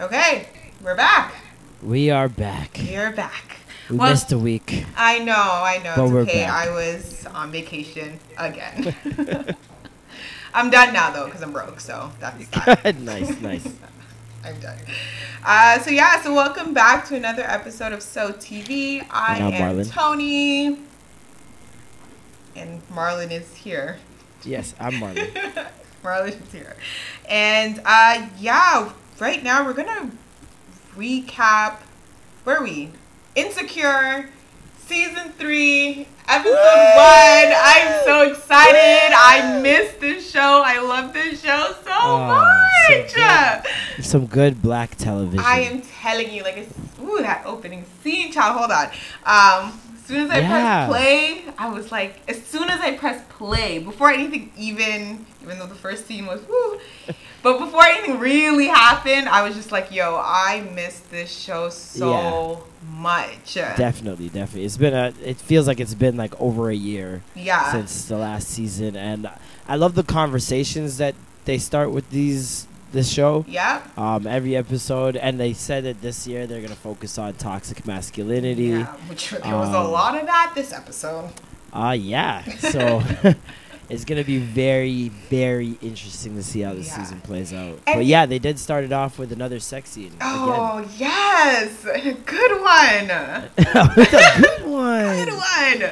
Okay, we're back. We are back. You're back. We Well- missed a week. I know, I know. But it's we're okay. back. I was on vacation again. I'm done now though, because I'm broke. So that's that. nice, nice. I'm done. Uh, so yeah, so welcome back to another episode of So TV. I And I'm am Marlon. Tony, and Marlon is here. Yes, I'm Marlon. Marlon is here, and uh, yeah, right now we're gonna recap. Where are we? Insecure, season three, episode one. I'm so excited. I miss this show. I love this show so Oh, so much. good. Some good black television. I am telling you, like, it's, ooh, that opening scene, child. Hold on. Um, as soon as I Yeah. pressed play, I was like, as soon as I pressed play, before anything even, even though the first scene was woo, but before anything really happened, I was just like, yo, I miss this show so much. Definitely, definitely. It's been a. It feels like it's been like over a year Yeah. since the last season, and I love the conversations that they start with these this show. Yep. Um, every episode, and they said that this year they're gonna focus on toxic masculinity. Yeah, which there was a Um, lot of that this episode. Ah, yeah. So it's gonna be very, very interesting to see how this Yeah. season plays out. And- but yeah, they did start it off with another sex scene Oh, yes. Good one. again. With a good one. Good one.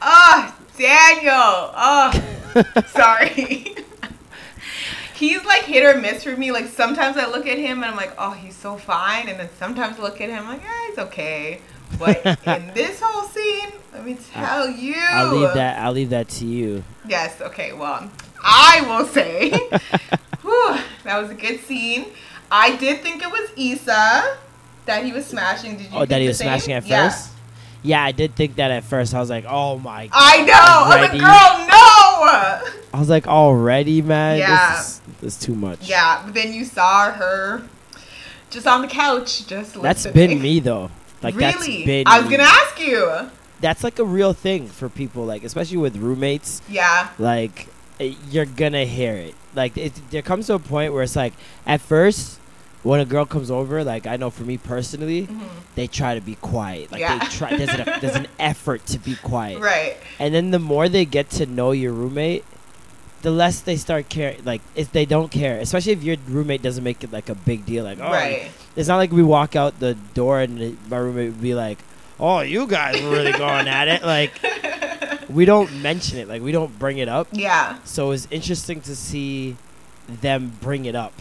Oh, Daniel. Oh, sorry. he's like hit or miss for me. Like sometimes I look at him and I'm like, oh, he's so fine, and then sometimes I look at him like, yeah, it's okay. But in this whole scene, let me tell you, I'll leave that. I'll leave that to you. Yes. Okay. Well, I will say, whew, that was a good scene. I did think it was Issa that he was smashing. Did you? Oh, think that he the was same? smashing at Yeah. first. Yeah, I did think that at first. I was like, oh my. God. I know. I was Already? like, girl, no. I was like, already, man. Yeah. This is, this is too much. Yeah, but then you saw her just on the couch, just That's listening. been me though. Like really? that's been. I was gonna me. ask you. That's like a real thing for people, like especially with roommates. Yeah, like it- you're gonna hear it like it, there comes to a point where it's like at first when a girl comes over like i know for me personally they try to be quiet like Mm-hmm. Yeah. they try there's an, there's an effort to be quiet right. and then the more they get to know your roommate the less they start caring like if they don't care especially if your roommate doesn't make it like a big deal like oh Right. it's not like we walk out the door and the- my roommate would be like oh you guys were really going at it like we don't mention it like we don't bring it up Yeah, so it's interesting to see them bring it up,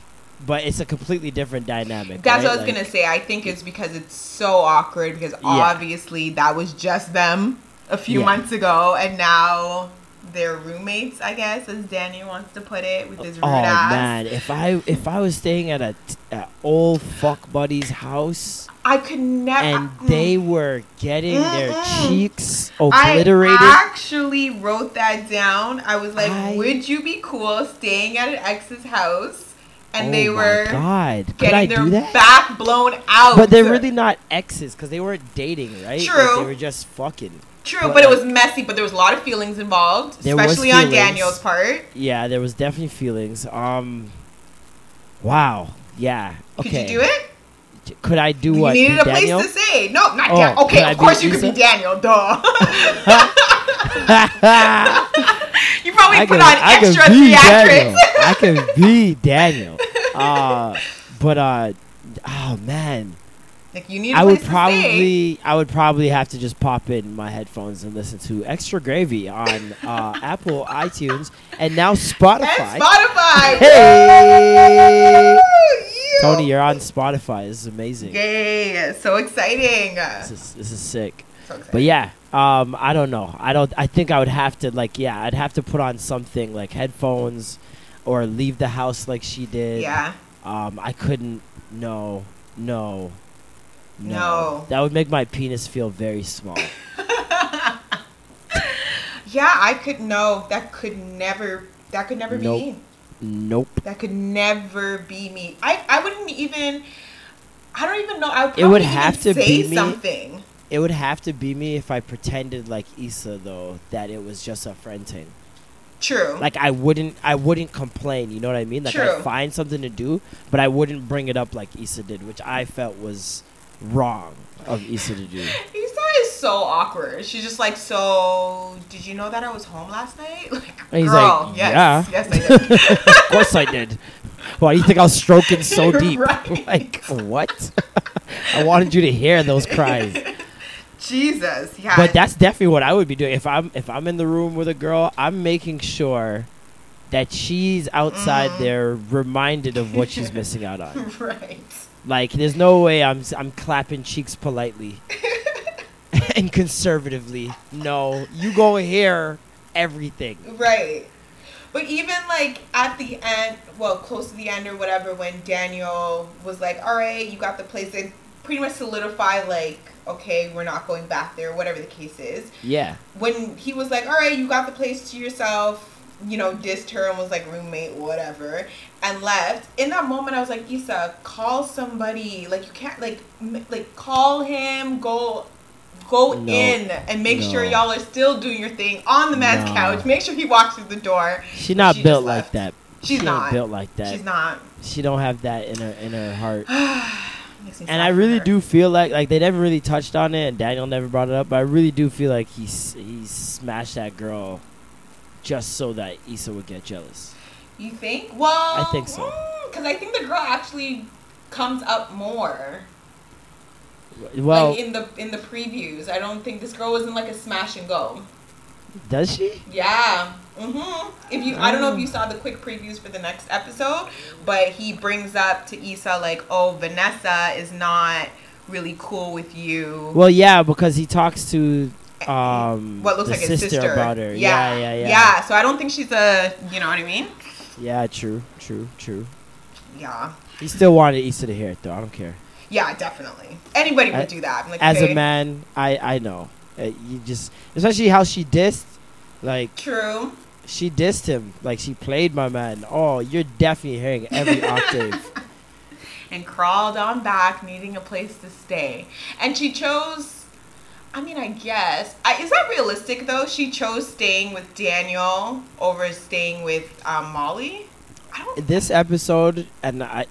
but it's a completely different dynamic. that's right? what I was Like, gonna say. I think it's because it's so awkward because obviously that was just them a few Yeah. months ago, and now they're roommates. I guess, as Daniel wants to put it, with his rude Oh ass. man, if I if I was staying at a, t- a old fuck buddy's house I uh, mm. could never. and they were getting their Mm-mm. cheeks obliterated, mm. I actually wrote that down. I was like, I- would you be cool staying at an ex's house? And oh they my were God, could I getting do their that? back blown out. But they're really not exes because they weren't dating, right? Like, True. they were just fucking. true, but it was messy. But there was a lot of feelings involved, There was especially on feelings. Daniel's part. Yeah, there was definitely feelings. Um, wow. Yeah. Could Okay. you do it? Could I do what? you needed be a place Daniel? to stay. No, not Oh, Daniel. could Okay, I of be course you could be Issa? Daniel. Duh. I you probably can, put on Ah, I can extra be theatrics. Daniel. I can be Daniel. Uh, but uh, oh man, like you need a I place would to stay. probably, I would probably have to just pop in my headphones and listen to Extra Gravy on uh, Apple iTunes and now Spotify. And Spotify. hey, Woo, you. Tony, you're on Spotify. This is amazing. Yay! So exciting. This is this is sick. So exciting. But yeah, um, I don't know. I don't. I think I would have to like, yeah, I'd have to put on something like headphones. or leave the house like she did. Yeah. Um, I couldn't. No, no, no. No. That would make my penis feel very small. Yeah, I could no. That could never. That could never Nope. be me. nope. That could never be me. I I wouldn't even. I don't even know. I would It would probably even have to say be me. something. It would have to be me if I pretended like Issa though that it was just a friend thing. True. Like I wouldn't, I wouldn't complain. You know what I mean? Like True. I find something to do, but I wouldn't bring it up like Issa did, which I felt was wrong of Issa to do. Lisa is so awkward. She's just like, so did you know that I was home last night? Like, And he's girl, like, yes, yeah. yes, I did. of course I did. Why do you think I was stroking so deep? Right. Like what? I wanted you to hear those cries. Jesus, yeah. But that's definitely what I would be doing if I'm if I'm in the room with a girl. I'm making sure that she's Mm. outside there, reminded of what she's missing out on. right. Like, there's no way I'm s- I'm clapping cheeks politely and conservatively. No, you go hear everything. Right. But even like at the end, well, close to the end or whatever, when Daniel was like, all right, you got the place, they pretty much solidify, like, okay, we're not going back there, whatever the case is. Yeah, When he was like, all right, you got the place to yourself, you know, dissed her and was like roommate, whatever, and left. In that moment, I was like, Issa, call somebody. Like, you can't, like, m- like call him, go. Go No. in and make sure No. y'all are still doing your thing on the man's No. couch. Make sure he walks through the door. she not She just built like left. that. She's She ain't not. built like that. She's not. She don't have that in her in her heart. Makes me sad and I for really her. do feel like like they never really touched on it, and Daniel never brought it up. But I really do feel like he s- he smashed that girl just so that Issa would get jealous. You think? Well, I think so. Because I think the girl actually comes up more. Well, like in the in the previews, I don't think this girl was in like a smash and go. does she? Yeah. Mhm. If you, I don't know if you Mm. saw the quick previews for the next episode, but he brings up to Issa like, "Oh, Vanessa is not really cool with you." Well, yeah, because he talks to um what looks the like his sister about her. Yeah. yeah, yeah, yeah. So I don't think she's a. You know what I mean? Yeah, true, true, true. Yeah. He still wanted Issa to hear it though. I don't care. Yeah, definitely. Anybody would A- do that. I'm like, As okay, a man, I I know. Uh, you just especially how she dissed, like True. she dissed him. Like she played my man. Oh, you're definitely hearing every octave. and crawled on back, needing a place to stay. And she chose. I mean, I guess I, is that realistic though? She chose staying with Daniel over staying with um, Molly. I don't. This episode, and I,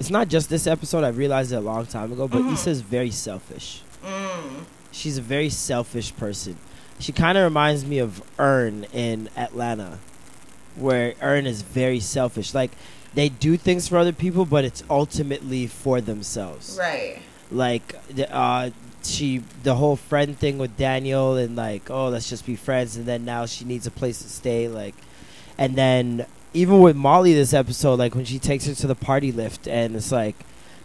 it's not just this episode. I realized it a long time ago, but Issa's very selfish. Mm-hmm. Mm, She's a very selfish person. She kind of reminds me of Earn in Atlanta, where Earn is very selfish. Like they do things for other people, but it's ultimately for themselves. right. like the, uh she the whole friend thing with Daniel and like oh let's just be friends and then now she needs a place to stay like and then even with Molly this episode like when she takes her to the party lift and it's like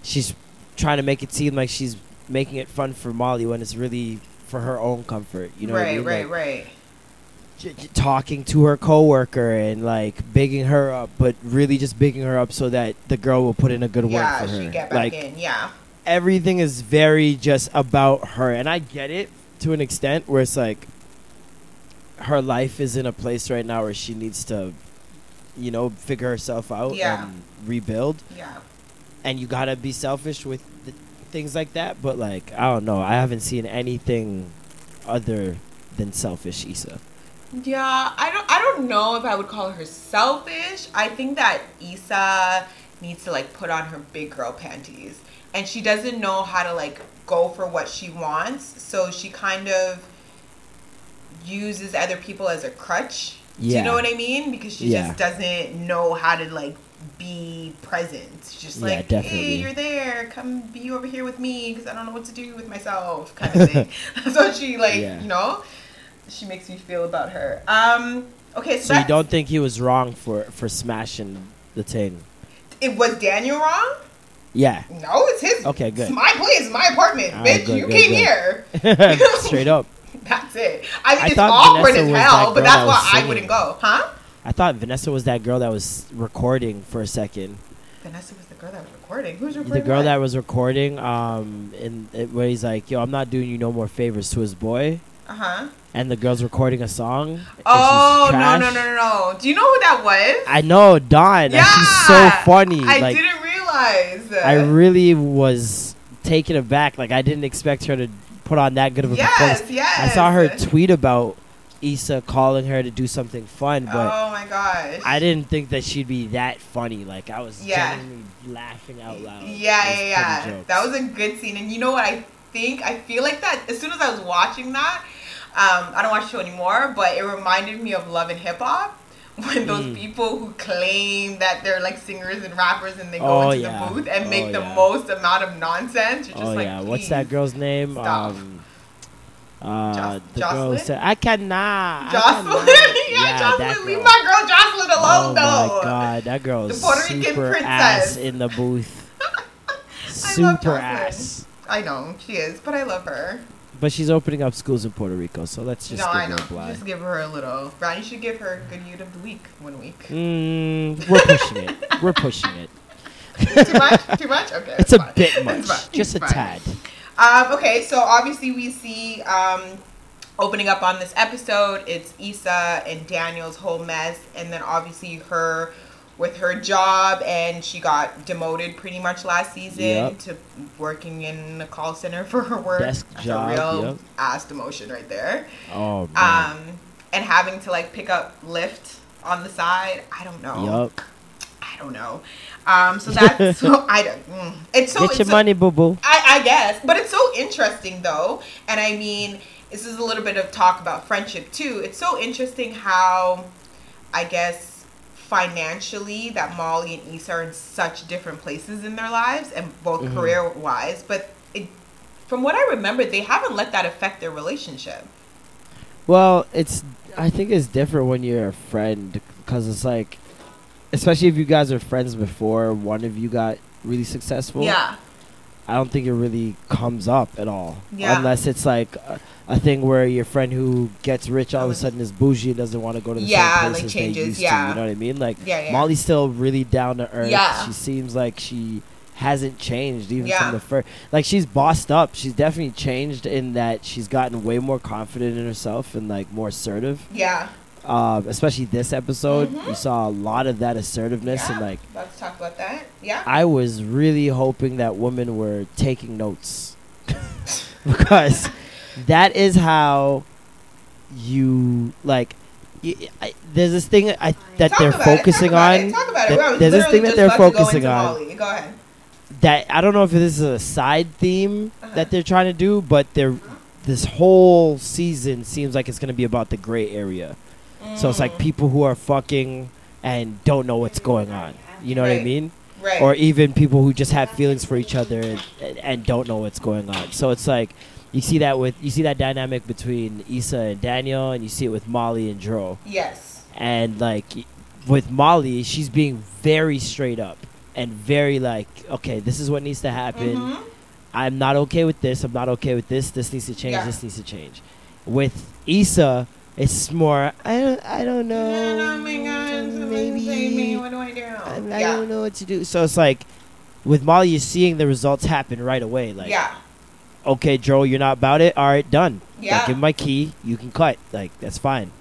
she's trying to make it seem like she's making it fun for Molly when it's really for her own comfort you know what right. I mean? right. Like, right. j- j- talking to her coworker and like bigging her up but really just bigging her up so that the girl will put in a good Yeah. word for her She get back like in. Yeah. everything is very just about her and i get it to an extent where it's like her life is in a place right now where she needs to you know figure herself out Yeah. and rebuild Yeah. and you gotta be selfish with th- things like that but like i don't know i haven't seen anything other than selfish Issa. Yeah, I don't I don't know if I would call her selfish. I think that Issa needs to like put on her big girl panties and she doesn't know how to like go for what she wants, so she kind of uses other people as a crutch. Do Yeah. you know what I mean? Because she Yeah. just doesn't know how to like be present. She's just Yeah, like, definitely. hey, you're there. Come be over here with me because I don't know what to do with myself, kind of thing. so she like, Yeah. you know, she makes me feel about her. Um, okay, so, so you that's- don't think he was wrong for for smashing the thing It was Daniel wrong? yeah No, it's his. Okay, good. It's my place, my apartment, All bitch. right, good, you good, came good. here. straight up That's it. I mean, I it's thought awkward Vanessa as was that hell, but girl that's that why was I wouldn't singing. go, huh? I thought Vanessa was that girl that was recording for a second. Vanessa was the girl that was recording. Who's The recording? girl what? that was recording, um, and it, where he's like, "Yo, I'm not doing you no more favors" to his boy, Uh huh. and the girl's recording a song. and she's Oh no trash. no no no! no. Do you know who that was? I know Dawn. Yeah, she's so funny. I like didn't realize. I really was taken aback. Like I didn't expect her to put on that good of a performance. yes yes. I saw her tweet about Issa calling her to do something fun, but oh my gosh! I didn't think that she'd be that funny. Like I was Yeah. genuinely laughing out loud. Yeah, It was yeah, yeah. funny jokes. That was a good scene. And you know what? I think I feel like that. As soon as I was watching that, um, I don't watch the show anymore, but it reminded me of Love and Hip Hop when those Mm. people who claim that they're like singers and rappers and they go Oh, into yeah. the booth and Oh, make the yeah. most amount of nonsense. You're just Oh like, yeah, what's "Please." that girl's name? stop. Um, uh, Jos- the girl who Jocelyn? said, "I cannot." I Jocelyn, cannot." yeah, that Jocelyn, leave girl. my girl Jocelyn alone Oh though. my god, that girl is The Puerto Rican super princess. ass in the booth. love super Jocelyn. ass. I know she is, but I love her. But she's opening up schools in Puerto Rico, so let's just no, give I know. her a blind. Just give her a little. Brian, you should give her a good youth of the week one week. Mm, we're pushing it. We're pushing it. Too much? Too much? Okay. It's that's a fine. bit That's much, fine. just a It's fine. tad. Um, okay, so obviously we see um, opening up on this episode. It's Issa and Daniel's whole mess, and then obviously her with her job, and she got demoted pretty much last season Yep. to working in the call center for her work. Desk That's job, a real yep. ass demotion right there. Oh man. Um, and having to like pick up Lyft on the side. I don't know. yup. I don't know. Um, so that's so I don't. mm. It's so Get it's your so- money, boo boo. I, I guess, but it's so interesting though, and I mean, this is a little bit of talk about friendship too. It's so interesting how, I guess, financially that Molly and Issa are in such different places in their lives and both Mm-hmm. career wise, but it, from what I remember, they haven't let that affect their relationship. Well, it's I think it's different when you're a friend because it's like, especially if you guys are friends before one of you got really successful. yeah, I don't think it really comes up at all. Yeah. Unless it's like a, a thing where your friend who gets rich all of a Unless- sudden is bougie and doesn't want to go to the Yeah, same like, places changes, they used to. yeah. You know what I mean? Like Yeah, yeah. Molly's still really down to earth. Yeah. She seems like she hasn't changed even Yeah. from the first. Like she's bossed up. She's definitely changed in that she's gotten way more confident in herself and like more assertive. yeah. Um, especially this episode, we saw a lot of that assertiveness and Mm-hmm. Yeah. like Let's talk about that. Yeah. I was really hoping that women were taking notes because that is how you like. You, I, there's this thing I, that Talk they're about it, focusing talk about on. It, talk about it. that- I was there's this literally thing that just they're about to go focusing into on. Molly. Go ahead. That I don't know if this is a side theme Uh-huh. that they're trying to do, but they're this whole season seems like it's going to be about the gray area. So it's Mm. like people who are fucking and don't know what's going on. You know what I Right. mean? Right. or even people who just have feelings for each other and, and, and don't know what's going on. So it's like you see that with you see that dynamic between Issa and Daniel, and you see it with Molly and Dro. yes. And like y- with Molly, she's being very straight up and very like, okay, this is what needs to happen. Mhm. I'm not okay with this. I'm not okay with this. This needs to change. Yeah. This needs to change. With Issa, it's more. I don't. I don't know. No, no, my God, somebody save me. What do I do? I, I Oh, yeah. don't know what to do. So it's like with Molly, you're seeing the results happen right away. Like, yeah. okay, Joel, you're not about it. All right, done. Like, Yeah. give him my key. You can cut. Like, that's fine.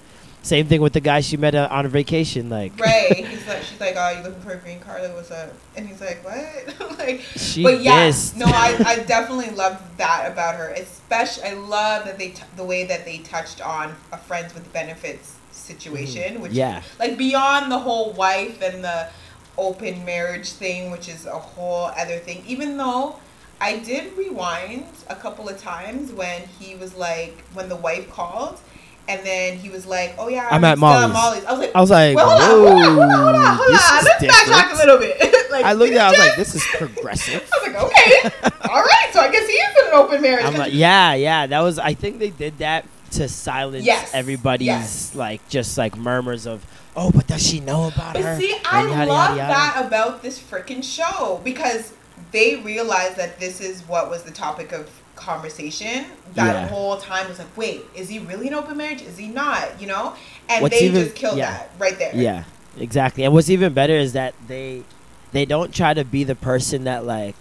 Same thing with the guy she met uh, on vacation. Like, Right. He's like, she's like, oh, you looking for a green card? Like, what's up? And he's like, what? like, She but yes, missed. no, I, I definitely loved that about her. Especially, I love that they t- the way that they touched on a friends with benefits situation, which Yeah. like beyond the whole wife and the open marriage thing, which is a whole other thing. Even though I did rewind a couple of times when he was like when the wife called. And then he was like, "Oh yeah, I'm at still Molly's. Molly's." I was like, I was like, well, hold on, hold on, hold on, hold on, "Whoa, this hold on. Let's is backtrack a different." little bit." like, I looked did at. it, I was you like, just- this is progressive. I was like, okay, all right. So I guess he is in an open marriage. I'm 'cause like, yeah, yeah. That was. I think they did that to silence Yes, everybody's yes. like just like murmurs of, oh, but does she know about But her? see, And I yada, yada, love yada. that about this freaking show because they realized that this is what was the topic of conversation that Yeah. whole time was like wait is he really in open marriage is he not you know and What's they even- just killed yeah. that right there Yeah, exactly. And what's even better is that they they don't try to be the person that like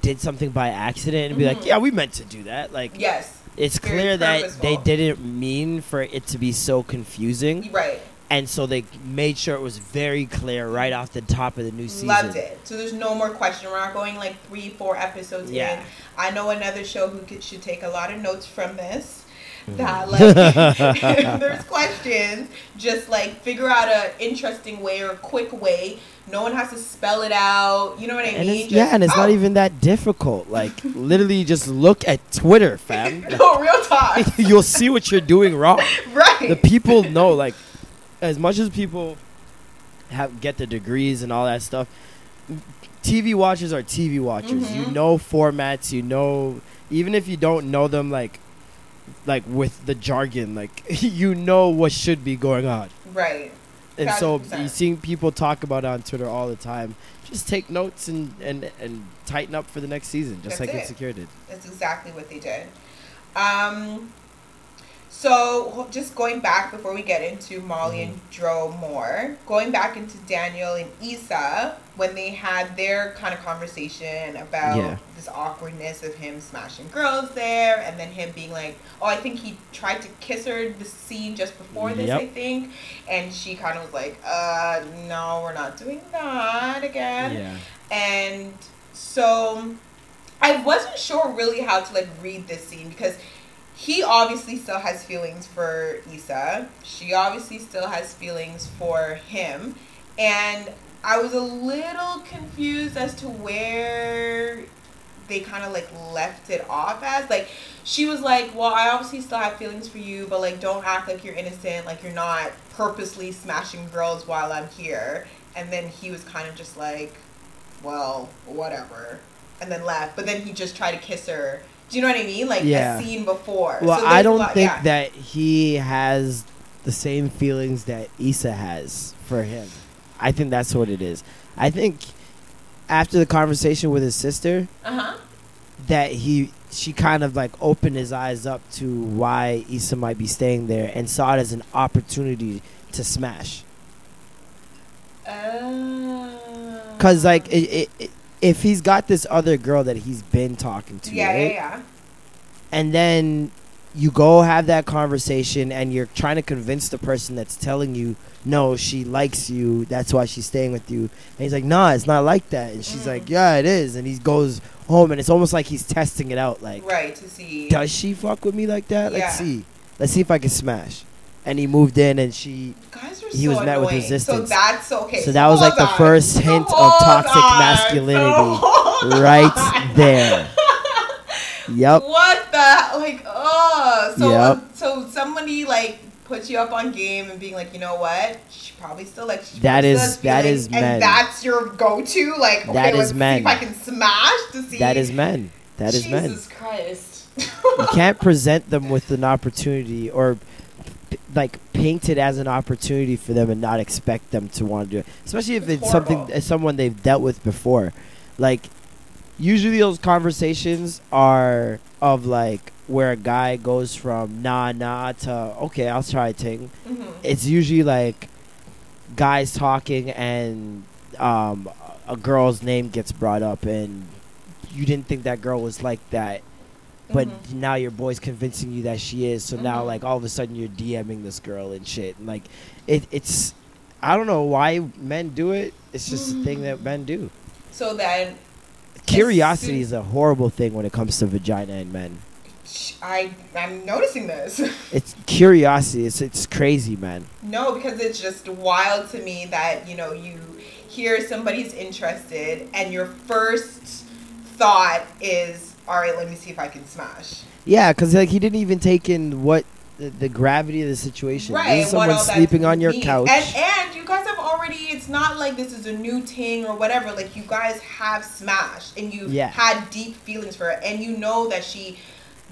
did something by accident and be like, yeah, we meant to do that. Like, yes it's Mm-hmm. very clear that they purposeful. Mm-hmm. didn't mean for it to be so confusing, right and so they made sure it was very clear right off the top of the new season. Loved it. So there's no more question. We're not going like three, four episodes Yeah. in. I know another show who could, should take a lot of notes from this. Mm. That like if there's questions, just like figure out a interesting way or a quick way. No one has to spell it out. You know what I And mean? it's, yeah, Just- and it's not oh, even that difficult. Like, literally, just look at Twitter, fam. no real talk. You'll see what you're doing wrong. right. the people know like as much as people have get the degrees and all that stuff tv watchers are tv watchers Mm-hmm. you know formats you know even if you don't know them like like with the jargon like you know what should be going on right. and so 1000%. you seeing people talk about it on twitter all the time just take notes and and and tighten up for the next season just That's like it. insecure did That's exactly what they did. Um, so h- just going back before we get into Molly Mm-hmm. and Dro more, going back into Daniel and Issa when they had their kind of conversation about Yeah. this awkwardness of him smashing girls there, and then him being like, "Oh, I think he tried to kiss her the scene just before this, Yep. I think," and she kind of was like, "Uh, no, we're not doing that again." and so I wasn't sure really how to like read this scene because he obviously still has feelings for Issa. She obviously still has feelings for him, and I was a little confused as to where they kind of like left it off as like she was like well i obviously still have feelings for you but like don't act like you're innocent like you're not purposely smashing girls while i'm here and then he was kind of just like well whatever and then left but then he just tried to kiss her do you know what i mean like Yeah. a scene before Well, So there's I a don't lot- think yeah. that he has the same feelings that Issa has for him. I think that's what it is. I think after the conversation with his sister, uh-huh that he she kind of like opened his eyes up to why Issa might be staying there and saw it as an opportunity to smash. Uh, Cause like it, it, it, if he's got this other girl that he's been talking to, yeah, right? yeah yeah and then you go have that conversation and you're trying to convince the person that's telling you no she likes you that's why she's staying with you and he's like nah it's not like that and she's Mm. like yeah it is and he goes home and it's almost like he's testing it out like right to see does she fuck with me like that let's Yeah. see let's see if i can smash and he moved in and she Guys are He so was met with annoying. resistance. So that's okay. So that was, like, hold the on. first hint of hold toxic on. masculinity. So hold right on. there yep What the like? Oh, so Yep. so somebody like puts you up on game and being like, you know what? She probably still like. She That probably is- still has that feelings, is and men. that's your go-to. Like, okay, That is let's men. See if I can smash to see. that is men that is men Jesus Christ. you can't present them with an opportunity or p- like paint it as an opportunity for them and not expect them to want to do it especially if It's it's something horrible. it's someone they've dealt with before like usually those conversations are of like where a guy goes from nah nah to okay i'll try ting Mhm. it's usually like guys talking and um, a girl's name gets brought up and you didn't think that girl was like that but now your boy's convincing you that she is so now Mhm. like all of a sudden you're dming this girl and shit and like it, it's i don't know why men do it it's just a thing that men do So then curiosity is a horrible thing when it comes to vagina and men sh- I I'm noticing this. it's curiosity it's, it's crazy man No, because it's just wild to me that, you know, you hear somebody's interested and your first thought is, all right, let me see if I can smash. Yeah, because like he didn't even take in what the, the gravity of the situation. Right. This is and what someone all that sleeping on your means. couch. And, and you guys have already, it's not like this is a new thing or whatever. Like, you guys have smashed and you Yeah. had deep feelings for her and you know that she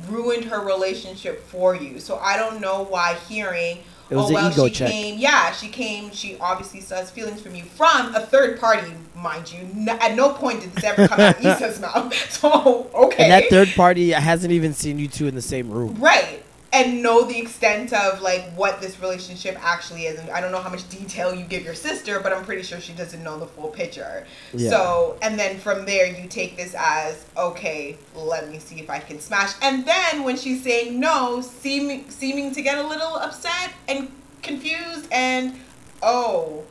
ruined her relationship for you. So I don't know why hearing. It was oh an well, ego she check." came. Yeah, she came. She obviously still has feelings from you from a third party, mind you. N- at no point did this ever come out of Issa's mouth. So okay, And that third party hasn't even seen you two in the same room. right, and know the extent of like what this relationship actually is. And I don't know how much detail you give your sister, but I'm pretty sure she doesn't know the full picture. Yeah. So and then from there you take this as okay, let me see if I can smash. And then when she's saying no, seeming seeming to get a little upset and confused and oh.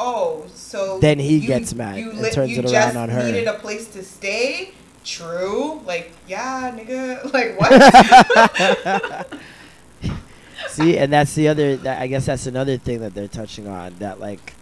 Oh, so Then he gets mad and turns it around on her. Needed a place to stay. True. Like yeah, nigga. Like what? See, and that's the other. That, I guess that's another thing that they're touching on. That like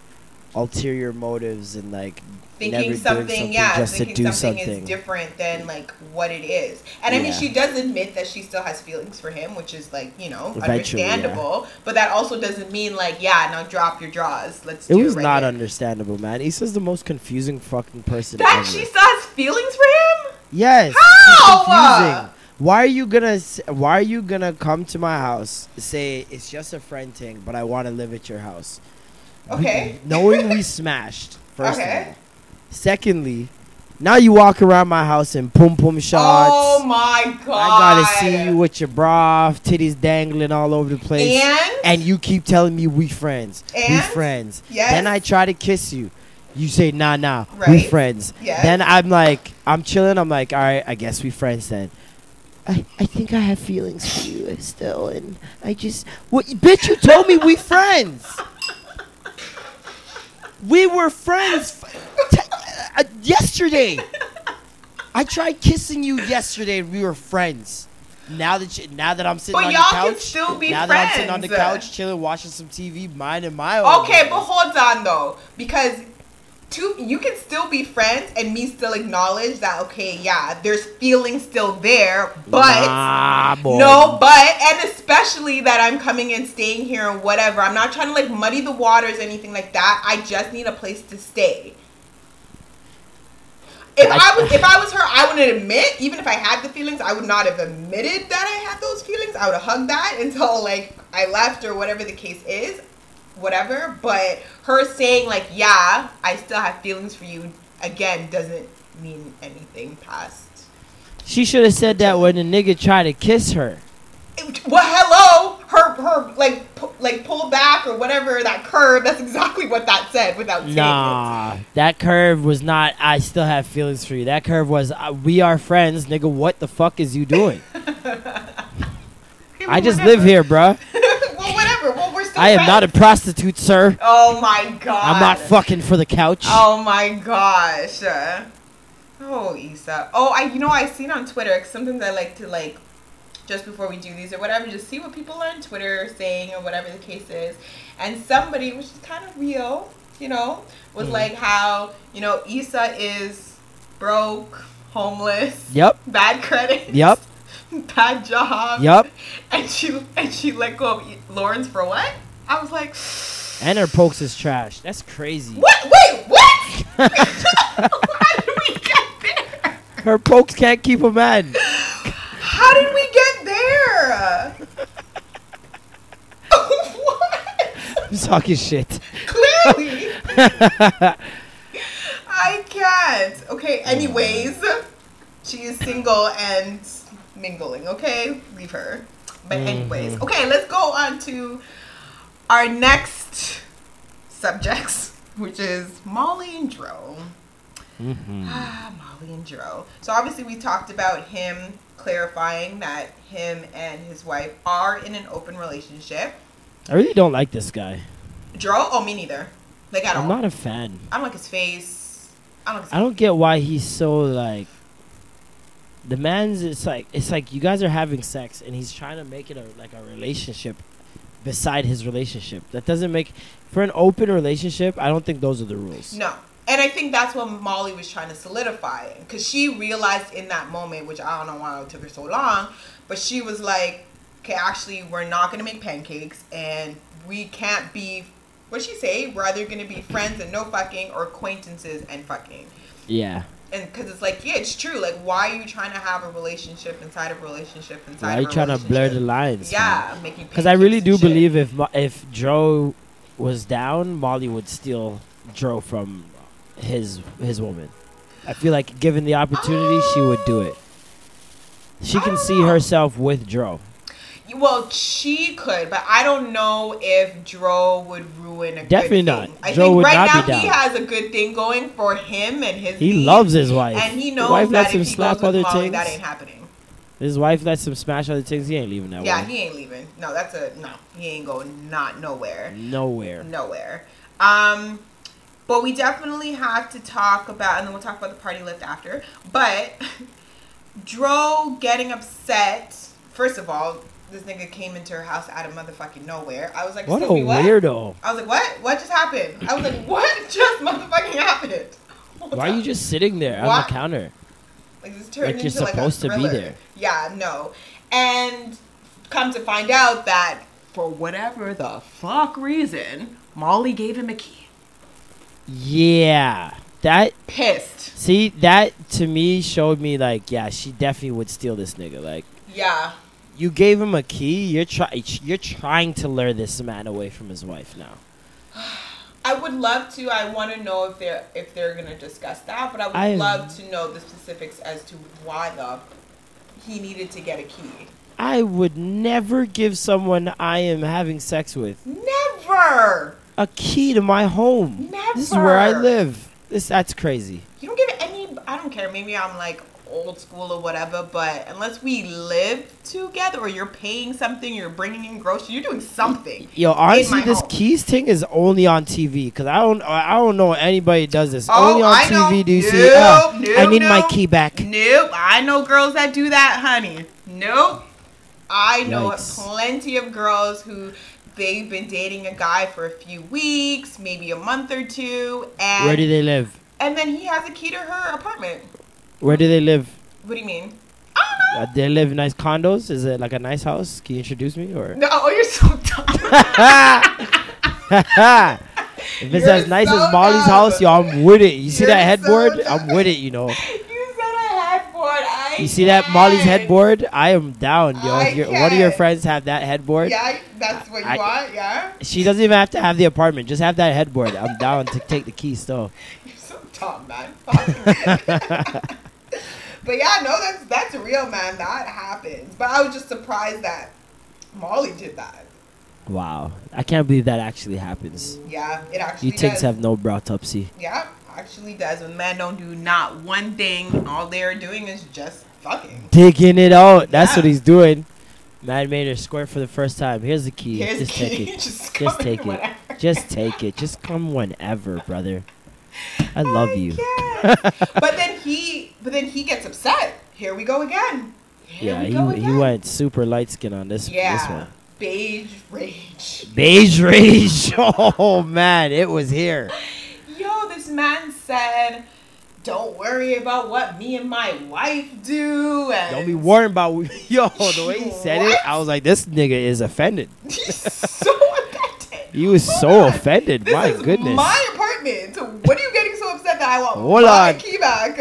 ulterior motives and like never thinking doing something, yeah, just thinking to do something, something. is different than like what it is. And I mean, Yeah. she does admit that she still has feelings for him, which is like you know Eventually, yeah. understandable. But that also doesn't mean like yeah, now drop your draws. Let's. It do was right not here. understandable, man. Issa's the most confusing fucking person that. ever. She still has feelings for him. yes. How? it's Confusing. Why are you gonna s- Why are you gonna come to my house say it's just a friend thing, but I want to live at your house? We- Okay. knowing we smashed first. Eh. Okay. Of all. Secondly, now you walk around my house in pum pum shots. Oh my god! I gotta see you with your bra, titties dangling all over the place, And you keep telling me we friends, we And? friends. Yes. Then I try to kiss you, you say nah nah, we Right. friends. Yes. Then I'm like, I'm chilling. I'm like, all right, I guess we friends then. I, I think I have feelings for you still, and I just what bitch you told me we friends. We were friends f- t- uh, yesterday. I tried kissing you yesterday, and we were friends. Now that you, now that I'm sitting But on y'all the couch, can still be now that I'm sitting on the friends. couch, chilling, watching some TV, minding my own. Okay, but business. hold on though, because two you can still be friends and me still acknowledge that okay, yeah, there's feelings still there, but Nah, boy. no, but and especially that I'm coming and staying here or whatever. I'm not trying to like muddy the waters or anything like that. I just need a place to stay. If I was if I was her, I wouldn't admit. Even if I had the feelings, I would not have admitted that I had those feelings. I would have hugged that until like I left or whatever the case is, whatever. But her saying like, "Yeah, I still have feelings for you," again doesn't mean anything past. She should have said that when the nigga tried to kiss her. Well, hello, her her like pu- like pull back or whatever that curve. That's exactly what that said without saying Nah, that curve was not. I still have feelings for you. That curve was. Uh, we are friends, nigga. What the fuck is you doing? it. I just Whatever. live here, bruh. well, whatever. Well, we're still. I am not a friends. prostitute, sir. Oh my god. I'm not fucking for the couch. Oh my gosh. Oh, Issa. Oh, I you know I seen on Twitter. 'cause sometimes I like to like just before we do these or whatever, just see what people on Twitter are saying or whatever the case is. And somebody, which is kind of real, you know, was like how you know Issa is broke, homeless, Yep. bad credit, Yep. bad job, Yep. And she and she let go of E- Lawrence for what? I was like, And her pokes is trash. That's crazy. what? Wait, what? How did we get there? Her pokes can't keep a man. How did we get there? what? I'm talking shit. Clearly. I can't. Okay, anyways, she is single and mingling, okay? Leave her. But, Mm-hmm. anyways, okay, let's go on to our next subjects, which is Molly and Dro. Mm-hmm. Ah, Molly and Dro. So obviously we talked about him clarifying that him and his wife are in an open relationship. I really don't like this guy. Dro? Oh, me neither. Like at all. I'm not a fan. I don't like his face. I don't like his I don't get why he's so like. The man's it's like it's like you guys are having sex and he's trying to make it a like a relationship beside his relationship. That doesn't make for an open relationship. I don't think those are the rules. No. And I think that's what Molly was trying to solidify because she realized in that moment, which I don't know why it took her so long, but she was like, okay, actually, we're not going to make pancakes and we can't be, what'd she say? We're either going to be friends and no fucking or acquaintances and fucking. Yeah. And because it's like, yeah, it's true. Like, why are you trying to have a relationship inside of a relationship inside Why of are you a trying to blur the relationship? lines? Yeah, making Because I really pancakes do and shit. believe if Mo- if Joe was down, Molly would steal Joe from his his woman. I feel like given the opportunity, she would do it. She can see herself with Dro. Well, she could, but I don't know if Dro would ruin a Definitely good not. thing. I Dro think would right not be now he down. has a good thing going for him and his. He team, loves his wife. and he His knows wife that lets if him he slap goes with other Molly, things. that ain't happening. His wife lets him smash other things. He ain't leaving that Yeah, way. he ain't leaving. No, that's a no. He ain't going not nowhere. Nowhere. Nowhere. Um, but we definitely have to talk about, and then we'll talk about the party lift after. But Dro getting upset. First of all, this nigga came into her house out of motherfucking nowhere. I was like, What a "Excuse me, what? weirdo. I was like, what? What just happened? I was like, what just motherfucking happened? Hold Why are on. you just sitting there on Why- the counter? like this turned like, you're into supposed to like be a thriller. there. Yeah, no. And come to find out that for whatever the fuck reason, Molly gave him a key. Yeah. That Pissed. see that to me showed me like yeah she definitely would steal this nigga like Yeah. you gave him a key you're try you're trying to lure this man away from his wife now I would love to. I want to know if they're if they're gonna discuss that, but I would I- love to know the specifics as to why the he needed to get a key. I would never give someone I am having sex with Never. a key to my home. This is where I Never. live. This that's crazy. You don't give any. I don't care. Maybe I'm like old school or whatever, but unless we live together or you're paying something, you're bringing in groceries, you're doing something. Yo, honestly, my this home. keys thing is only on TV because I don't, I don't know anybody that does this. Oh, only on I know. TV do you see? Nope, "Ah, I nope, need my nope. key back. Nope. I know girls that do that, honey. Nope. I know Yikes. plenty of girls who they've been dating a guy for a few weeks, maybe a month or two, and Where do they live? and then he has a key to her apartment. Where do they live? What do you mean? I Uh, they live in nice condos. Is it like a nice house? Can you introduce me or? don't know. No, oh, you're so dumb. if it's You're as nice so as Molly's dumb. house, yo, I'm with it. You see You're that so headboard? dumb. I'm with it. You know. you said a headboard. I You see that can't. Molly's headboard? I am down, yo. I If your, one of your can't. friends have that headboard. Yeah, that's what you I- want. Yeah, She doesn't even have to have the apartment. Just have that headboard. I'm down to take the keys though. you're so dumb, man. Fuck. but yeah, no, that's that's real, man. That happens. But I was just surprised that Molly did that. Wow, I can't believe that actually happens. Yeah, it actually. You does. tinks have no brow topsy. Yeah, actually does. When men don't do not one thing, all they're doing is just fucking. Digging it out. That's what Yeah. he's doing. Man made her squirt for the first time. Here's the key. Here's Just the key. take it. Just come Just take it. whenever. Just take it. Just come whenever, brother. I love you. Yes. but then he, but then he gets upset. Here we go again. Here Yeah, we go he, he again. went super light skin on this this Yeah, one. beige rage. Beige rage. Oh man, it was here. Yo, this man said, "Don't worry about what me and my wife do." And Don't be worrying about yo. The way he said it, I was like, this nigga is offended. He's so offended. He was Hold so on. offended. This My is goodness. my apartment. So What are you getting so upset that I want Hold my on. key back?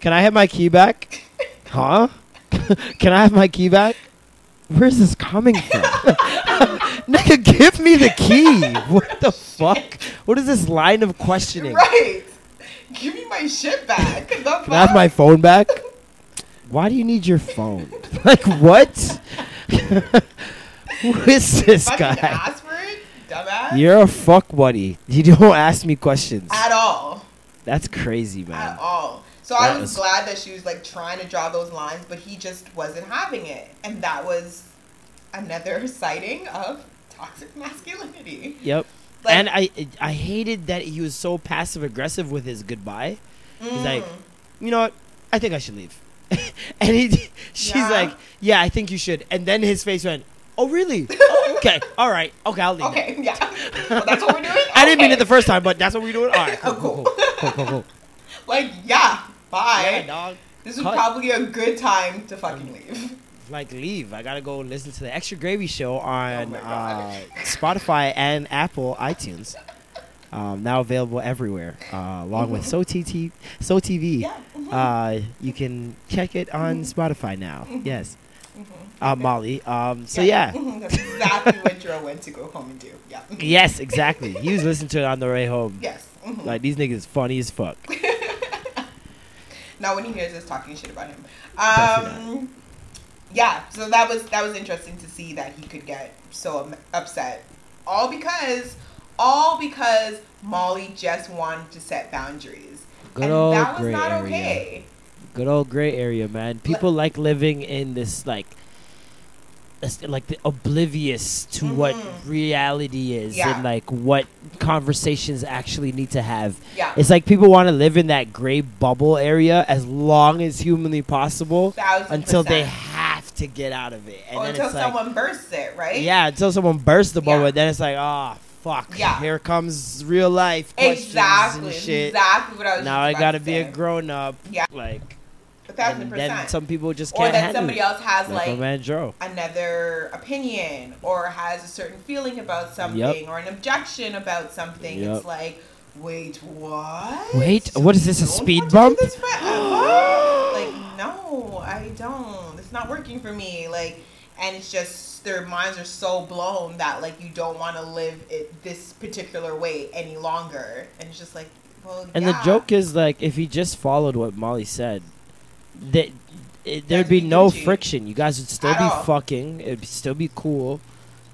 Can I have my key back? Huh? Can I have my key back? Where's this coming from? Nigga, give me the key. What the fuck? What is this line of questioning? Can Right. Give me my shit back. The fuck? I have my phone back? Why do you need your phone? Like, what? Who is this fucking guy? ass for it, dumbass. You're a fuck buddy. You don't ask me questions. At all. That's crazy, man. At all. So I That was was- glad that she was like trying to draw those lines, but he just wasn't having it. And that was another sighting of toxic masculinity. Yep. Like- and I I hated that he was so passive aggressive with his goodbye. He's like, you know what? I think I should leave. and he, she's Yeah. like, yeah, I think you should. And then his face went, oh really? Oh, okay, all right, okay, I'll leave. now." Okay, yeah. Well, that's what we're doing. I didn't mean it Okay. the first time, but that's what we're doing. All right, cool, Oh, cool, cool. cool, cool, cool, cool. Like, yeah, Yeah, bye. dog. this is Cut. Um, probably a good time to fucking leave. Like leave. I gotta go listen to the Extra Gravy Show on Oh my uh, God. Spotify and Apple iTunes. Um, now available everywhere, uh, along with So TT, So Mm-hmm. TV. Yeah. mm-hmm. Uh, you can check it on Spotify now. Yes, Mm-hmm. uh, Molly. Um, so yeah, Mhm, That's exactly what Joe went to go home and do. Yeah. yes, exactly. He was listening to it on the way home. Yes. Mm-hmm. Like these niggas funny as fuck. Not when he hears us talking shit about him. Definitely Um, yeah, so that was that was interesting to see that he could get so um, upset, all because all because Molly just wanted to set boundaries, Good and old that was gray not area. okay. Good old gray area, man. People like living in this like this- like the oblivious to what Mhm. reality is Yeah. and like what conversations actually need to have. Yeah, It's like people want to live in that gray bubble area as long as humanly possible thousand until they percent. have to get out of it. And or then until it's like, someone bursts it, right? yeah, until someone bursts the Yeah. bubble, then it's like, ah, fuck. Yeah. Here comes real life questions exactly, and shit. exactly what I was. Now just I about gotta to be say. a grown up. Yeah. Like, a thousand and percent. then some people just or can't that handle somebody it. else has Like, like, my man Joe. another opinion or has a certain feeling about something or an objection about something. Yep. It's like, wait, what? Wait, what is this? A Don't speed want to do bump? this forever. like, no, I don't. It's not working for me. Like, and it's just their minds are so blown that like you don't want to live it this particular way any longer. And it's just like, well, And yeah. the joke is like, if he just followed what Molly said, that it, there'd That'd be be no Gucci. friction. You guys would still At be all. fucking. It'd still be cool,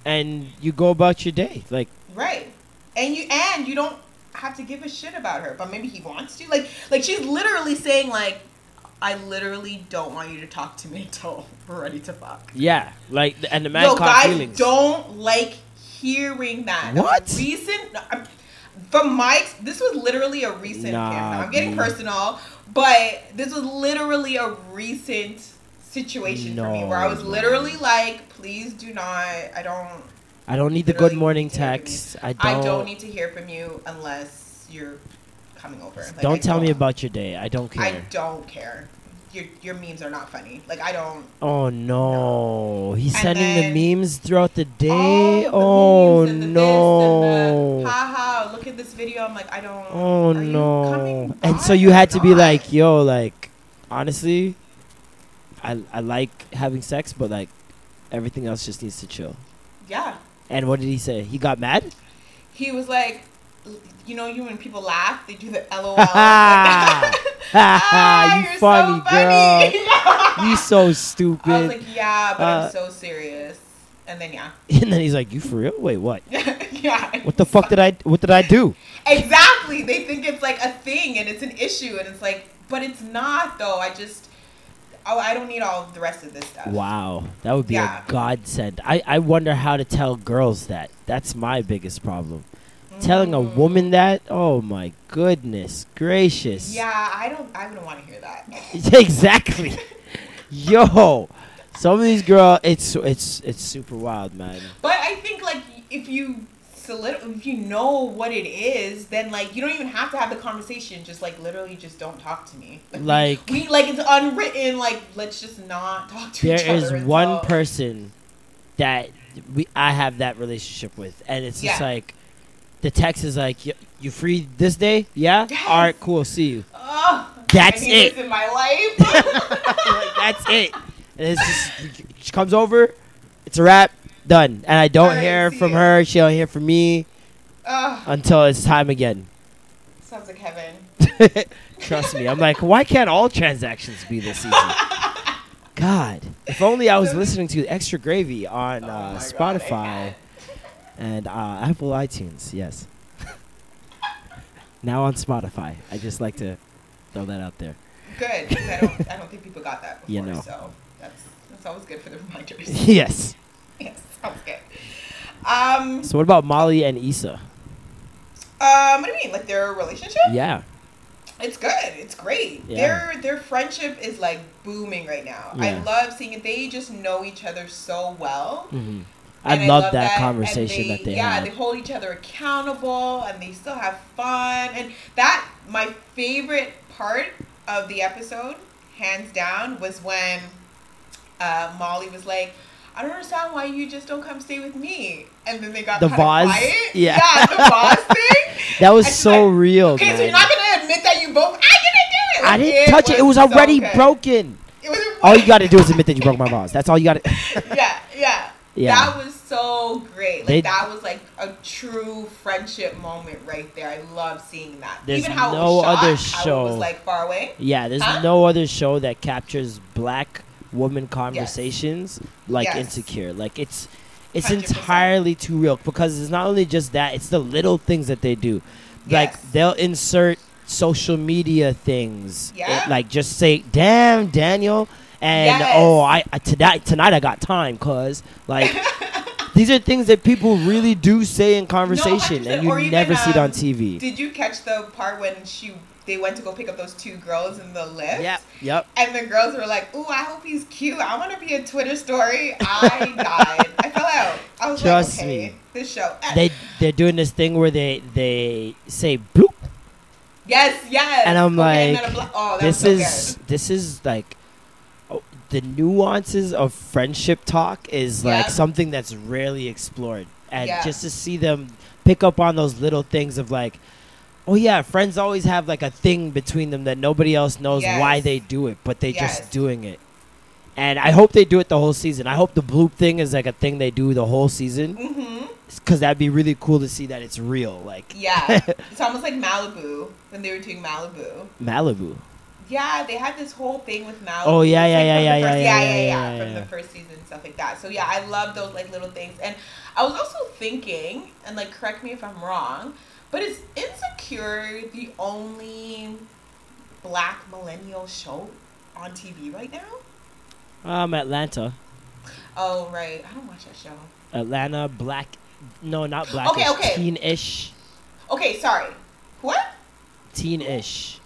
and you go about your day. Like, Right. And you and you don't have to give a shit about her, but maybe he wants to. Like like she's literally saying like I literally don't want you to talk to me until we're ready to fuck. yeah, like, and the man Yo, caught guys feelings. don't like hearing that. What? A recent I'm- from my ex- this was literally a recent Nah, Kim. I'm getting dude. personal, but this was literally a recent situation for me No, where I was man. literally like, please do not I don't I don't need the literally good morning need to hear from text. you. I don't. need to hear from you unless you're coming over. Like, don't I tell me about your day. I don't care. I don't care. Your your memes are not funny. Like I don't. Oh no, he's And sending the then- memes throughout the All day. the oh memes and the no. This and the, ha ha! Look at this video. I'm like I don't. Oh are you coming no. And by so you or had to be not? like, yo, like, honestly, I I like having sex, but like, everything else just needs to chill. yeah. And what did he say? He got mad. He was like, you know, you when people laugh, they do the lol. Ha ha! Ha Oh Ah, ha! You you're so funny funny. girl. You so stupid. I was like, yeah, but Uh, I'm so serious. And then yeah, and then he's like, you for real? Wait, what? yeah. What the fuck did I? What did I do? Exactly. They think it's like a thing and it's an issue and it's like, but it's not though. I just, oh, I don't need all the rest of this stuff. Wow, that would be Yeah. a godsend. I, I wonder how to tell girls that. That's my biggest problem. Telling a Mm. woman that, oh my goodness gracious. Yeah, I don't. I wouldn't want to hear that. exactly. Yo, some of these girls, it's it's it's super wild, man. But I think like if you solid, if you know what it is, then like you don't even have to have the conversation. Just like literally, just don't talk to me. Like We like it's unwritten. Like let's just not talk to each there other. is until- one person that we I have that relationship with, and it's just Yeah. like the text is like, "Y- you free this day? Yeah. Yes. Oh. All right, cool. See you. Ugh, That's I need it. This in my life. like, that's it. And it's just she comes over, it's a wrap, done. And I don't Alright, hear see from ya. her, she don't hear from me Ugh, until it's time again. sounds like heaven. Trust me. I'm like, why can't all transactions be this easy? God, if only I was listening to Extra Gravy on Oh uh, my God, Spotify amen. and uh, Apple iTunes. Yes. now on Spotify. I just like to throw that out there. Good. 'cause I don't. I don't think people got that before. You know. So that's that's always good for the reminders. yes. yes, sounds good. Um. So what about Molly and Issa? Um. What do you mean? Like their relationship? Yeah. It's good. It's great. Yeah. Their their friendship is like booming right now. Yeah. I love seeing it. They just know each other so well. Mm-hmm. And I love that, conversation and that they yeah had. they hold each other accountable and they still have fun and that my favorite part of the episode hands down was when uh, Molly was like I don't understand why you just don't come stay with me and then they got The kinda vase? quiet. Yeah. the vase thing that was And she's so like, real, okay so man. you're not gonna admit that you both I didn't do it I Like, didn't touch it. It was so already good. broken. it was All you got to do is admit that you broke my balls. That's all you got to. yeah yeah Yeah. That was so great. Like They- that was like a true friendship moment right there. I love seeing that. There's Even how it no was shot, other how it show. was like far away. Yeah, there's Huh? no other show that captures black woman conversations like Yes. Insecure. Like it's it's 100%. entirely too real because it's not only just that, it's the little things that they do. Yes. Like they'll insert social media things. It- Yeah. like just say, "Damn, Daniel." And Yes. oh, I, I tonight tonight I got time cuz like these are things that people really do say in conversation and 100%, you or even, never see it on um, TV. Did you catch the part when she they went to go pick up those two girls in the lift? Yep, yep. And the girls were like, "Ooh, I hope he's cute. I want to be a Twitter story." I died. I fell out. I was Trust like, "Okay, me. this show." eh." they they're doing this thing where they they say bloop yes, yes. and I'm Cocaine like, and a blo- oh, that this was so is this is like oh, the nuances of friendship talk is like Yeah. something that's rarely explored and Yeah. just to see them pick up on those little things of like oh yeah friends always have like a thing between them that nobody else knows why Yes. they do it but they Yes. just doing it and I hope they do it the whole season. I hope the bloop thing is like a thing they do the whole season good. Mhm. because that'd be really cool to see that it's real. Like Yeah, it's almost like Malibu when they were doing Malibu. Malibu. Yeah, they had this whole thing with Malibu. Oh, yeah, It's, yeah, like, yeah, from yeah, the yeah, first- yeah, yeah, yeah, yeah, yeah, from yeah. the first season and stuff like that. So yeah, I love those like little things. And I was also thinking, and like correct me if I'm wrong, but is Insecure the only black millennial show on TV right now? Um, Atlanta. Oh right, I don't watch that show. Atlanta, black. No, not black. Okay, okay. Teen-ish. Okay, sorry. What Teen-ish.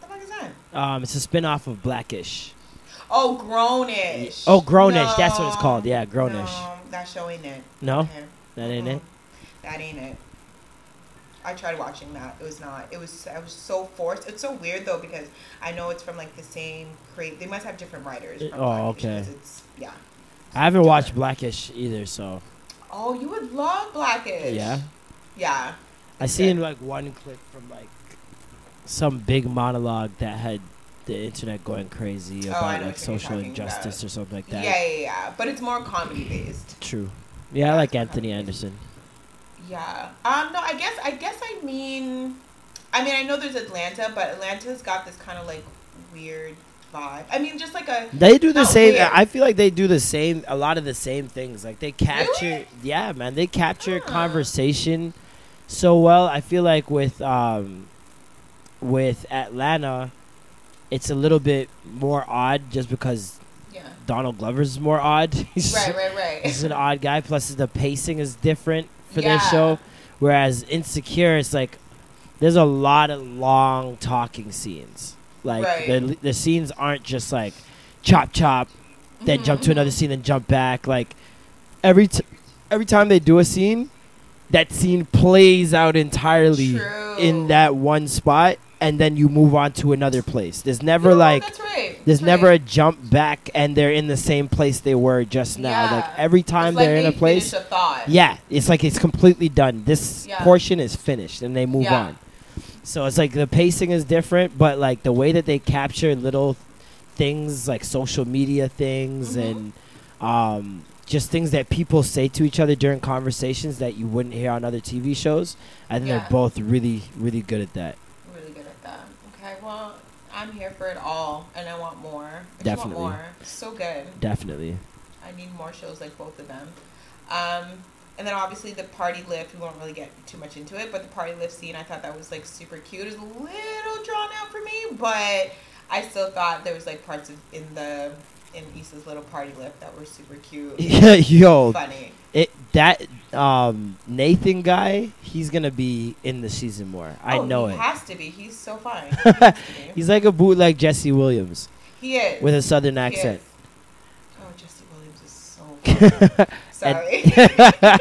the fuck is that? Um, it's a spin-off of Blackish. Oh, Grownish. Oh, Grownish, that's what it's called. Yeah, Grownish. No, that show ain't it. No? Yeah. That ain't it? Uh-huh. That ain't it. I tried watching that. It was not. It was. I was so forced. It's so weird though because I know it's from like the same create. They must have different writers. It- From oh, Blackish okay. because It's, yeah. I haven't watched Blackish either, so Oh, you would love Blackish. yeah. Yeah. I It's seen good. like one clip from like some big monologue that had the internet going crazy Oh, I about know like what you're social talking injustice about. or something like Yeah, that. yeah, yeah. But it's more comedy based. True. Yeah, I like Anthony Anderson. Yeah. Um. No. I guess. I guess. I mean. I mean. I know there's Atlanta, but Atlanta's got this kind of like weird vibe. I mean, just like a. They do the not same. weird. I feel like they do the same. A lot of the same things. Like they capture. Really? Yeah, man. They capture Ah. conversation so well. I feel like with um, with Atlanta, it's a little bit more odd just because yeah. Donald Glover's more odd. He's, Right. Right. Right. he's an odd guy. Plus, the pacing is different for their Yeah. show. Whereas Insecure, it's like there's a lot of long talking scenes. Like Right. the the scenes aren't just like chop chop, then jump Mm-hmm. to another scene, then jump back. Like every t- every time they do a scene, that scene plays out entirely True. in that one spot, and then you move on to another place. There's never No, like that's right. there's That's never right. a jump back and they're in the same place they were just now. Yeah. Like every time It's like they're in they a place, finish a thought. yeah, it's like it's completely done. This Yeah. portion is finished and they move Yeah. on. So it's like the pacing is different, but like the way that they capture little things like social media Mm-hmm. things and um, just things that people say to each other during conversations that you wouldn't hear on other TV shows. I think Yeah. they're both really, really good at that. I'm really good at that. Okay, well, I'm here for it all, and I want more. I just want Definitely. more. It's so good. Definitely. I need more shows like both of them. Um, and then obviously the party lift. We won't really get too much into it, but the party lift scene, I thought that was like super cute. It was a little drawn out for me, but I still thought there was like parts of in the in Issa's little party lift that were super cute, Yo, funny. It that um Nathan guy, he's gonna be in the season more. I Oh, know he it. Has to be. He's so fine. He has to be. He's like a bootleg Jesse Williams He is. with a southern He accent. is. Oh, Jesse Williams is so. funny. Sorry.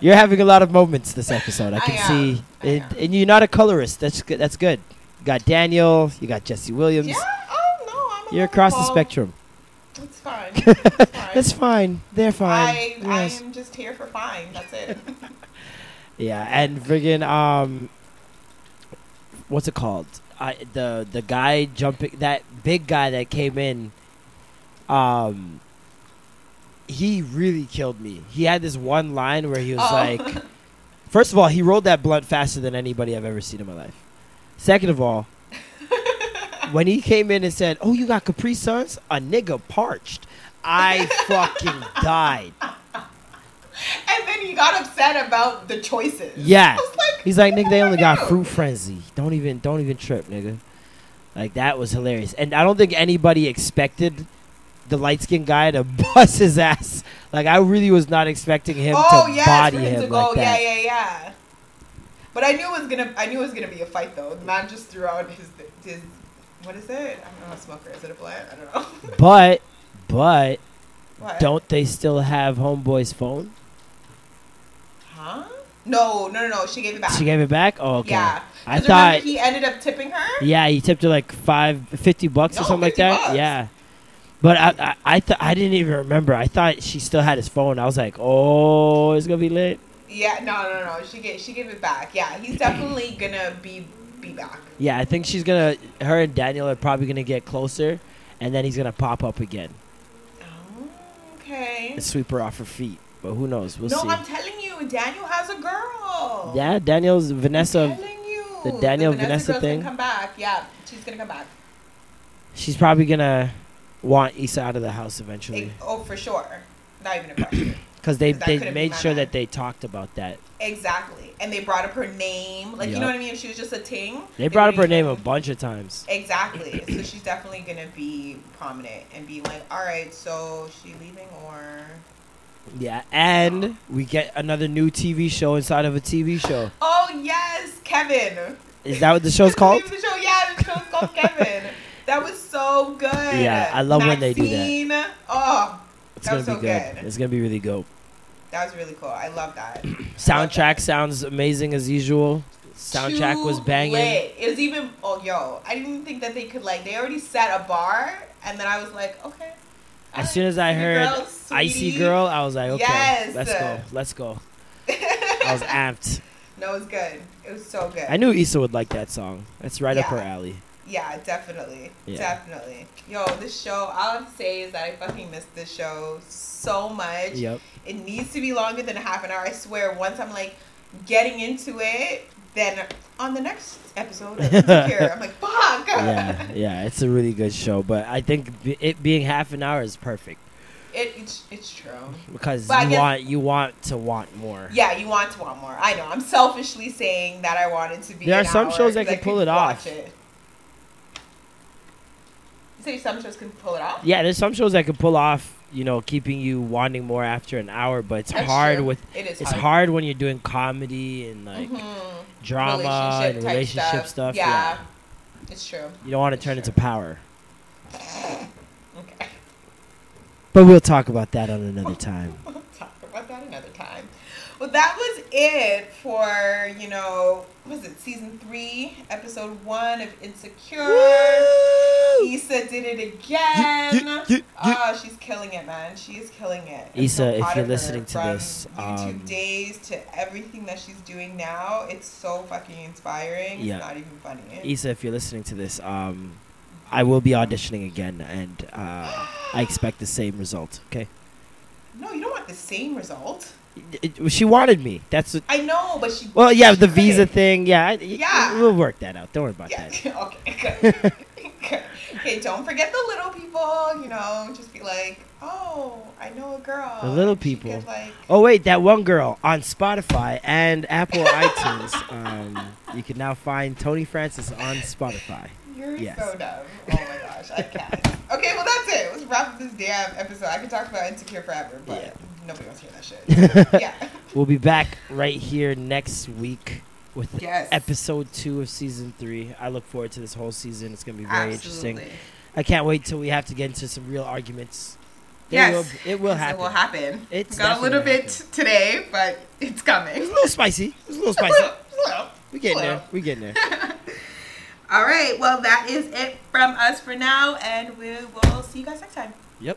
You're having a lot of moments this episode. I I can am. see, I and, am. and you're not a colorist. That's good. That's good. You got Daniel. You got Jesse Williams. yeah. Oh no, I'm. a You're across the lovable- spectrum. It's fine. It's fine. That's fine. They're fine. I, Yes. I am just here for fine. That's it. Yeah, and friggin' um, what's it called? I the the guy jumping that big guy that came in, um, he really killed me. He had this one line where he was Oh. like, first of all, he rolled that blunt faster than anybody I've ever seen in my life. Second of all, when he came in and said, "Oh, you got Capri Suns," a nigga parched. I fucking died. and then he got upset about the choices. Yeah. I was like, He's like, what nigga, they am I only got gonna do?" fruit frenzy. Don't even don't even trip, nigga. Like that was hilarious. And I don't think anybody expected the light skinned guy to bust his ass. Like I really was not expecting him Oh to yeah, body for him, him to like go. that. Yeah, yeah, yeah. But I knew it was gonna. I knew it was gonna be a fight though. The man just threw out his his. What is it? I don't know. A smoker? Is it a blunt? I don't know. But but What? don't they still have homeboy's phone? Huh? No, no, no, no. She gave it back. She gave it back? Oh okay. Yeah. I 'Cause remember thought he ended up tipping her. Yeah, he tipped her like five, 50 bucks or No, something like 50 that. bucks. Yeah. But I, I, I, th- I didn't even remember. I thought she still had his phone. I was like, oh, it's gonna be lit. Yeah. No, no, no. She gave she gave it back. Yeah. He's definitely gonna be be back. Yeah, I think she's gonna. Her and Daniel are probably gonna get closer, and then he's gonna pop up again Oh, okay. and sweep her off her feet. But who knows? We'll no, see. I'm telling you, Daniel has a girl. yeah, Daniel's I'm Vanessa. telling you, the Daniel Vanessa girl's thing. Gonna come back. Yeah, she's gonna come back. She's probably gonna want Issa out of the house eventually It- oh, for sure. Not even a question. because they that they could've made been my sure bad. that they talked about that. exactly. And they brought up her name. Like you Yup. know what I mean? If she was just a ting. They brought up her wouldn't name even- a bunch of times. Exactly. So she's definitely gonna be prominent and be like, all right, so she leaving or Yeah, and we get another new TV show inside of a TV show. oh yes, Kevin. Is that what the show's called? The show, yeah, the show's called Kevin. That was so good. Yeah, I love when they do that. that. Oh, It's that gonna was be so good. good. It's gonna be really dope. That was really cool. I love that. Soundtrack sounds amazing as usual. Soundtrack was Too banging. Lit. It was even oh yo, I didn't even think that they could like they already set a bar and then I was like, okay. As soon as I Sweet heard girl, "Icy sweetie. Girl," I was like, "Okay, Yes. let's go, let's go." I was amped. No, it was good. It was so good. I knew Issa would like that song. That's right up her Yeah. alley. Yeah, definitely. Yeah. Definitely. Yo, this show, all I have to say is that I fucking miss this show so much. Yep. It needs to be longer than a half an hour. I swear, once I'm like getting into it, then on the next episode of Insecure, I'm like, fuck. Yeah, yeah, it's a really good show. But I think b- it being half an hour is perfect It, it's, it's true. because But I you guess- want you want to want more. Yeah, you want to want more. I know. I'm selfishly saying that I want it to be. There are an some hour shows that 'cause I can pull could it off. watch it. You say some shows can pull it off? Yeah, there's some shows that can pull off, you know, keeping you wanting more after an hour, but it's That's hard true. with It is it's hard. Mm-hmm. hard. when you're doing comedy and like drama relationship and type relationship stuff. Yeah. yeah. It's true. You don't want to turn into power. Okay. But we'll talk about that on another time. We'll talk about that another time. Well, that was it for, you know, was it season three, episode one of Insecure? Issa did it again. Yeah, yeah, yeah, Oh, she's killing it, man. She is killing it. I'm Issa, if proud you're of her. listening to From this, YouTube um, days to everything that she's doing now, it's so fucking inspiring. Yeah. It's not even funny. Issa, if you're listening to this, um, I will be auditioning again, and uh, I expect the same result. Okay. no, you don't want the same result. It- it- she wanted me. That's what, I know, but she. well, yeah, she the visa couldn't. thing. Yeah, I- Yeah. we'll work that out. Don't worry about Yeah. that. okay. Good. Good. okay. Don't forget the little people. You know, just be like, oh, I know a girl. The little and she people. could, like, Oh wait, that one girl on Spotify and Apple iTunes. Um, you can now find Tony Francis on Spotify. You're Yes. so dumb. Oh my gosh, I can't. okay, well that's it. Let's wrap up this damn episode. I could talk about insecure forever, but Yeah. nobody wants to hear that shit. So, yeah. We'll be back right here next week with Yes. episode two of season three. I look forward to this whole season. It's gonna be very interesting. Absolutely. I can't wait till we have to get into some real arguments. They Yes. will- it will 'Cause happen. It will happen. It's It's got a little definitely bit today, but it's coming. It's a little spicy. It's a little spicy. Well, We getting there. well. We getting there. All right. Well, that is it from us for now, and we will see you guys next time. Yep.